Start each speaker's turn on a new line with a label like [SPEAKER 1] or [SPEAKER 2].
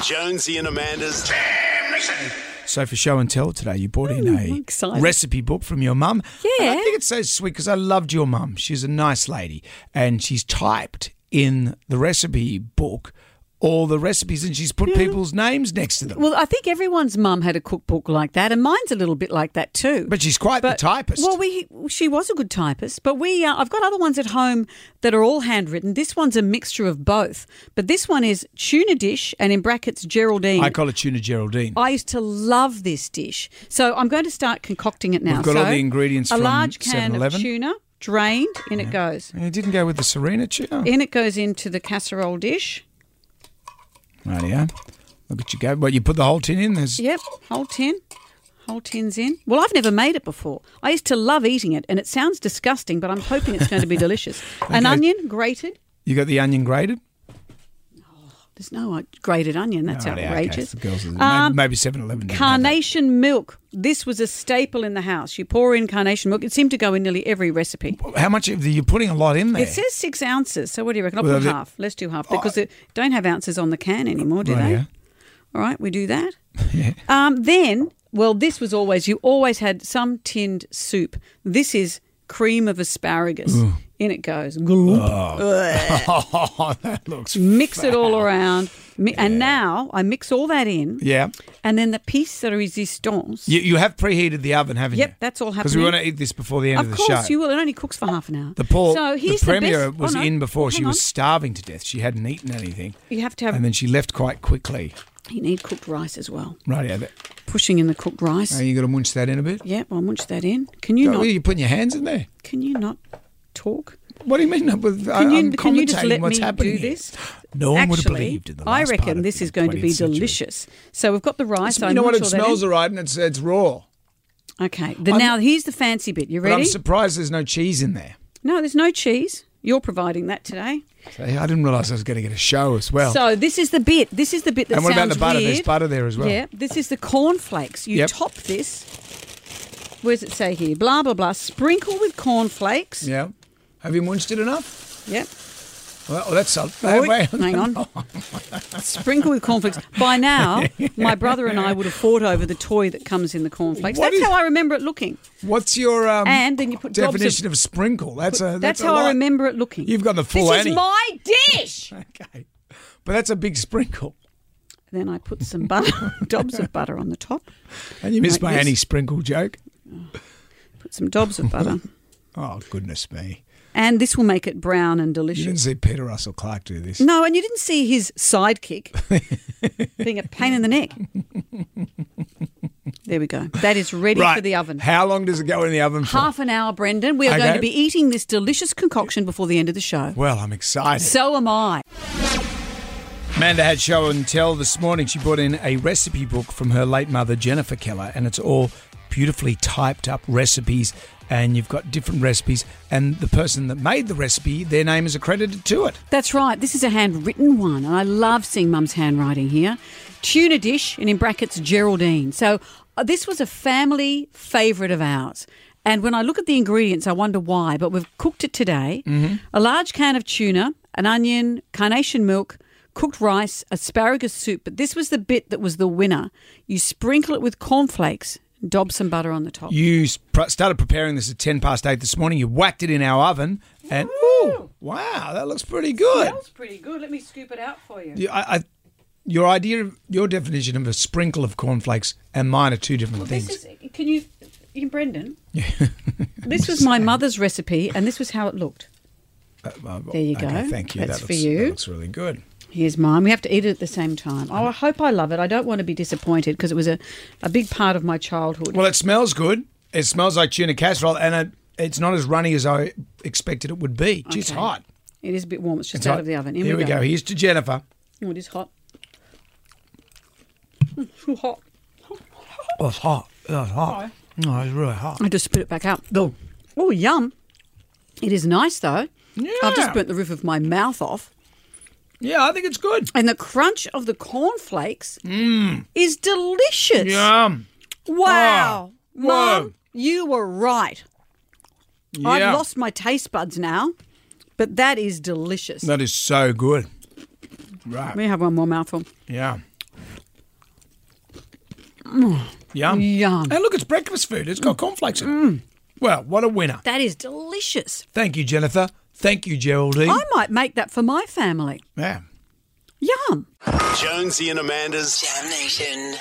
[SPEAKER 1] Jonesy and Amanda's
[SPEAKER 2] So for show and tell today, you brought in a
[SPEAKER 3] excited.
[SPEAKER 2] recipe book from your mum. And I
[SPEAKER 3] Yeah.
[SPEAKER 2] think it's so sweet because I loved your mum. She's a nice lady, and she's typed in the recipe book all the recipes, and she's put people's names next to them.
[SPEAKER 3] Well, I think everyone's mum had a cookbook like that, and mine's a little bit like that too.
[SPEAKER 2] but she's quite the typist.
[SPEAKER 3] Well, we she was a good typist, but we uh, I've got other ones at home that are all handwritten. This one's a mixture of both, but this one is tuna dish, and in brackets Geraldine.
[SPEAKER 2] I call it tuna Geraldine.
[SPEAKER 3] I used to love this dish. So I'm going to start concocting it now.
[SPEAKER 2] We've got
[SPEAKER 3] so
[SPEAKER 2] all the ingredients
[SPEAKER 3] A
[SPEAKER 2] from
[SPEAKER 3] large can of
[SPEAKER 2] 7-Eleven.
[SPEAKER 3] tuna, drained, in it goes.
[SPEAKER 2] And it didn't go with the Serena tuna.
[SPEAKER 3] In it goes into the casserole dish.
[SPEAKER 2] Right, yeah. Look at you go. Well, you put the whole tin in. There's
[SPEAKER 3] Yep, whole tin. Whole tin's in. Well, I've never made it before. I used to love eating it, and it sounds disgusting, but I'm hoping it's going to be delicious. An
[SPEAKER 2] Okay.
[SPEAKER 3] onion, grated.
[SPEAKER 2] you got the onion grated.
[SPEAKER 3] There's no uh, grated onion. That's
[SPEAKER 2] Right, Oh, yeah, okay.
[SPEAKER 3] outrageous.
[SPEAKER 2] The girls, are-
[SPEAKER 3] Um,
[SPEAKER 2] maybe 7 Eleven.
[SPEAKER 3] Carnation milk. This was a staple in the house. You pour in carnation milk. It seemed to go in nearly every recipe.
[SPEAKER 2] How much? of the- You're putting a lot in there.
[SPEAKER 3] It says six ounces. So what do you reckon? I'll
[SPEAKER 2] Well,
[SPEAKER 3] put
[SPEAKER 2] the- Oh.
[SPEAKER 3] half. Let's do half because they don't have ounces on the can anymore, do
[SPEAKER 2] Right,
[SPEAKER 3] they?
[SPEAKER 2] yeah.
[SPEAKER 3] All right, we do that. Um, then, well, this was always you always had some tinned soup. This is cream of asparagus. In it goes. Gloop.
[SPEAKER 2] Oh, that looks.
[SPEAKER 3] Mix it all around. Mi- And now I mix all that in.
[SPEAKER 2] Yeah.
[SPEAKER 3] And then the piece de resistance.
[SPEAKER 2] You, you have preheated the oven, haven't
[SPEAKER 3] Yep,
[SPEAKER 2] you?
[SPEAKER 3] that's all
[SPEAKER 2] Because we
[SPEAKER 3] happening.
[SPEAKER 2] want to eat this before the end of,
[SPEAKER 3] of
[SPEAKER 2] the
[SPEAKER 3] course,
[SPEAKER 2] show.
[SPEAKER 3] you will. It only cooks for half an hour.
[SPEAKER 2] The poor,
[SPEAKER 3] So here's
[SPEAKER 2] the premier
[SPEAKER 3] best-
[SPEAKER 2] was
[SPEAKER 3] oh, no.
[SPEAKER 2] in before she
[SPEAKER 3] Hang
[SPEAKER 2] was
[SPEAKER 3] on.
[SPEAKER 2] starving to death. She hadn't eaten anything,
[SPEAKER 3] You have to have.
[SPEAKER 2] and then she left quite quickly.
[SPEAKER 3] you need cooked rice as well.
[SPEAKER 2] Right, yeah. That,
[SPEAKER 3] Pushing in the cooked rice.
[SPEAKER 2] now you got to munch that in a bit.
[SPEAKER 3] Yep, I'll munch that in. Can you
[SPEAKER 2] What are
[SPEAKER 3] not?
[SPEAKER 2] you putting your hands in there?
[SPEAKER 3] Can you not talk?
[SPEAKER 2] What do you mean? With, I,
[SPEAKER 3] Can you,
[SPEAKER 2] I'm
[SPEAKER 3] can you just
[SPEAKER 2] commentating
[SPEAKER 3] let
[SPEAKER 2] what's
[SPEAKER 3] me
[SPEAKER 2] happening
[SPEAKER 3] do
[SPEAKER 2] here.
[SPEAKER 3] this?
[SPEAKER 2] No one would have
[SPEAKER 3] Actually,
[SPEAKER 2] believed in the
[SPEAKER 3] I
[SPEAKER 2] last part
[SPEAKER 3] reckon
[SPEAKER 2] of
[SPEAKER 3] this
[SPEAKER 2] the
[SPEAKER 3] is going to be
[SPEAKER 2] 20th century.
[SPEAKER 3] delicious. So we've got the rice.
[SPEAKER 2] You
[SPEAKER 3] I
[SPEAKER 2] know what? It
[SPEAKER 3] munch all that
[SPEAKER 2] smells
[SPEAKER 3] in.
[SPEAKER 2] all right, and it's it's raw.
[SPEAKER 3] Okay. The, now here's the fancy bit. You
[SPEAKER 2] But I'm
[SPEAKER 3] ready?
[SPEAKER 2] surprised there's no cheese in there.
[SPEAKER 3] no, there's no cheese. You're providing that today.
[SPEAKER 2] See, I didn't realise I was going to get a show as well.
[SPEAKER 3] So this is the bit. This is the bit that
[SPEAKER 2] and what about
[SPEAKER 3] sounds
[SPEAKER 2] the butter?
[SPEAKER 3] weird.
[SPEAKER 2] There's butter there as well.
[SPEAKER 3] Yeah, this is the cornflakes. You
[SPEAKER 2] Yep.
[SPEAKER 3] top this. Where does it say here? Blah blah blah. Sprinkle with cornflakes.
[SPEAKER 2] Yeah. Have you munched it enough?
[SPEAKER 3] Yep.
[SPEAKER 2] Well, oh, that's a,
[SPEAKER 3] Oi, hang on. Sprinkle with cornflakes. By now, my brother and I would have fought over the toy that comes in the cornflakes.
[SPEAKER 2] What
[SPEAKER 3] That's
[SPEAKER 2] is-
[SPEAKER 3] how I remember it looking.
[SPEAKER 2] What's your um,
[SPEAKER 3] And then you put globs of-
[SPEAKER 2] definition of, sprinkle? That's a
[SPEAKER 3] That's,
[SPEAKER 2] that's, a
[SPEAKER 3] how
[SPEAKER 2] lot.
[SPEAKER 3] I remember it looking.
[SPEAKER 2] You've got the full
[SPEAKER 3] This
[SPEAKER 2] Annie.
[SPEAKER 3] is my dish.
[SPEAKER 2] Okay, but that's a big sprinkle.
[SPEAKER 3] then I put some butter, dobs of butter on the top.
[SPEAKER 2] And you missed
[SPEAKER 3] Like
[SPEAKER 2] my
[SPEAKER 3] this.
[SPEAKER 2] Annie sprinkle joke.
[SPEAKER 3] Put some dobs of butter,
[SPEAKER 2] Oh goodness me!
[SPEAKER 3] and this will make it brown and
[SPEAKER 2] You didn't
[SPEAKER 3] delicious.
[SPEAKER 2] see Peter Russell Clark do this.
[SPEAKER 3] No, and you didn't see his sidekick being a pain in the neck. There we go. That is ready
[SPEAKER 2] right.
[SPEAKER 3] for the oven.
[SPEAKER 2] How long does it go in the oven for?
[SPEAKER 3] Half an hour, Brendan. We are going
[SPEAKER 2] Okay.
[SPEAKER 3] to be eating this delicious concoction before the end of the show.
[SPEAKER 2] Well, I'm excited.
[SPEAKER 3] So am I.
[SPEAKER 2] Amanda had show and tell this morning. She brought in a recipe book from her late mother, Jennifer Keller, and it's all beautifully typed up recipes. And you've got different recipes, and the person that made the recipe, their name is accredited to it.
[SPEAKER 3] That's right. This is a handwritten one, and I love seeing Mum's handwriting here. Tuna dish, and in brackets, Geraldine. So uh, this was a family favourite of ours. And when I look at the ingredients, I wonder why. But we've cooked it today. A large can of tuna, an onion, carnation milk, cooked rice, asparagus soup. But this was the bit that was the winner. You sprinkle it with cornflakes, dob some butter on the top.
[SPEAKER 2] You s- pr- started preparing this at 10 past 8 this morning. You whacked it in our oven, and ooh, wow, that looks pretty good.
[SPEAKER 3] pretty good. Let me scoop it out for
[SPEAKER 2] You, I, I, your idea, of, your definition of a sprinkle of cornflakes and mine are two different things.
[SPEAKER 3] This is, can you, you Brendan? this was my mother's recipe, and this was how it looked. there you go.
[SPEAKER 2] Uh, Okay, thank you.
[SPEAKER 3] That's
[SPEAKER 2] that
[SPEAKER 3] for
[SPEAKER 2] looks,
[SPEAKER 3] you.
[SPEAKER 2] That looks really good.
[SPEAKER 3] Here's mine. We have to eat it at the same time. Oh, I hope I love it. I don't want to be disappointed because it was a, a big part of my childhood.
[SPEAKER 2] Well, it smells good. It smells like tuna casserole, and it, it's not as runny as I expected it would be. It's
[SPEAKER 3] Okay.
[SPEAKER 2] hot.
[SPEAKER 3] it is a bit warm. It's just
[SPEAKER 2] It's
[SPEAKER 3] out
[SPEAKER 2] hot.
[SPEAKER 3] of the oven.
[SPEAKER 2] Here, we go. Here's to Jennifer.
[SPEAKER 3] Oh, it is hot. Mm, Too hot.
[SPEAKER 2] Oh, it's hot. Oh, it's hot. No, it's really hot.
[SPEAKER 3] I just spit it back out.
[SPEAKER 2] No.
[SPEAKER 3] Oh, yum. It is nice though. I've just
[SPEAKER 2] Yeah.
[SPEAKER 3] burnt the roof of my mouth off.
[SPEAKER 2] Yeah, I think it's good.
[SPEAKER 3] And the crunch of the cornflakes
[SPEAKER 2] Mmm.
[SPEAKER 3] is delicious.
[SPEAKER 2] Yum.
[SPEAKER 3] Wow.
[SPEAKER 2] Wow. Ah, Whoa.
[SPEAKER 3] Mum, you were right.
[SPEAKER 2] Yeah.
[SPEAKER 3] I've lost my taste buds now, but that is delicious.
[SPEAKER 2] That is so good. Right.
[SPEAKER 3] Let me have one more mouthful.
[SPEAKER 2] Yeah. Yum.
[SPEAKER 3] Mm. Yum. Mm.
[SPEAKER 2] And look, it's breakfast food. It's got cornflakes in it. Well, what a winner.
[SPEAKER 3] That is delicious.
[SPEAKER 2] Thank you, Jennifer. Thank you, Geraldine.
[SPEAKER 3] I might make that for my family.
[SPEAKER 2] yeah.
[SPEAKER 3] Yum.
[SPEAKER 1] Jonesy and Amanda's
[SPEAKER 4] Damnation.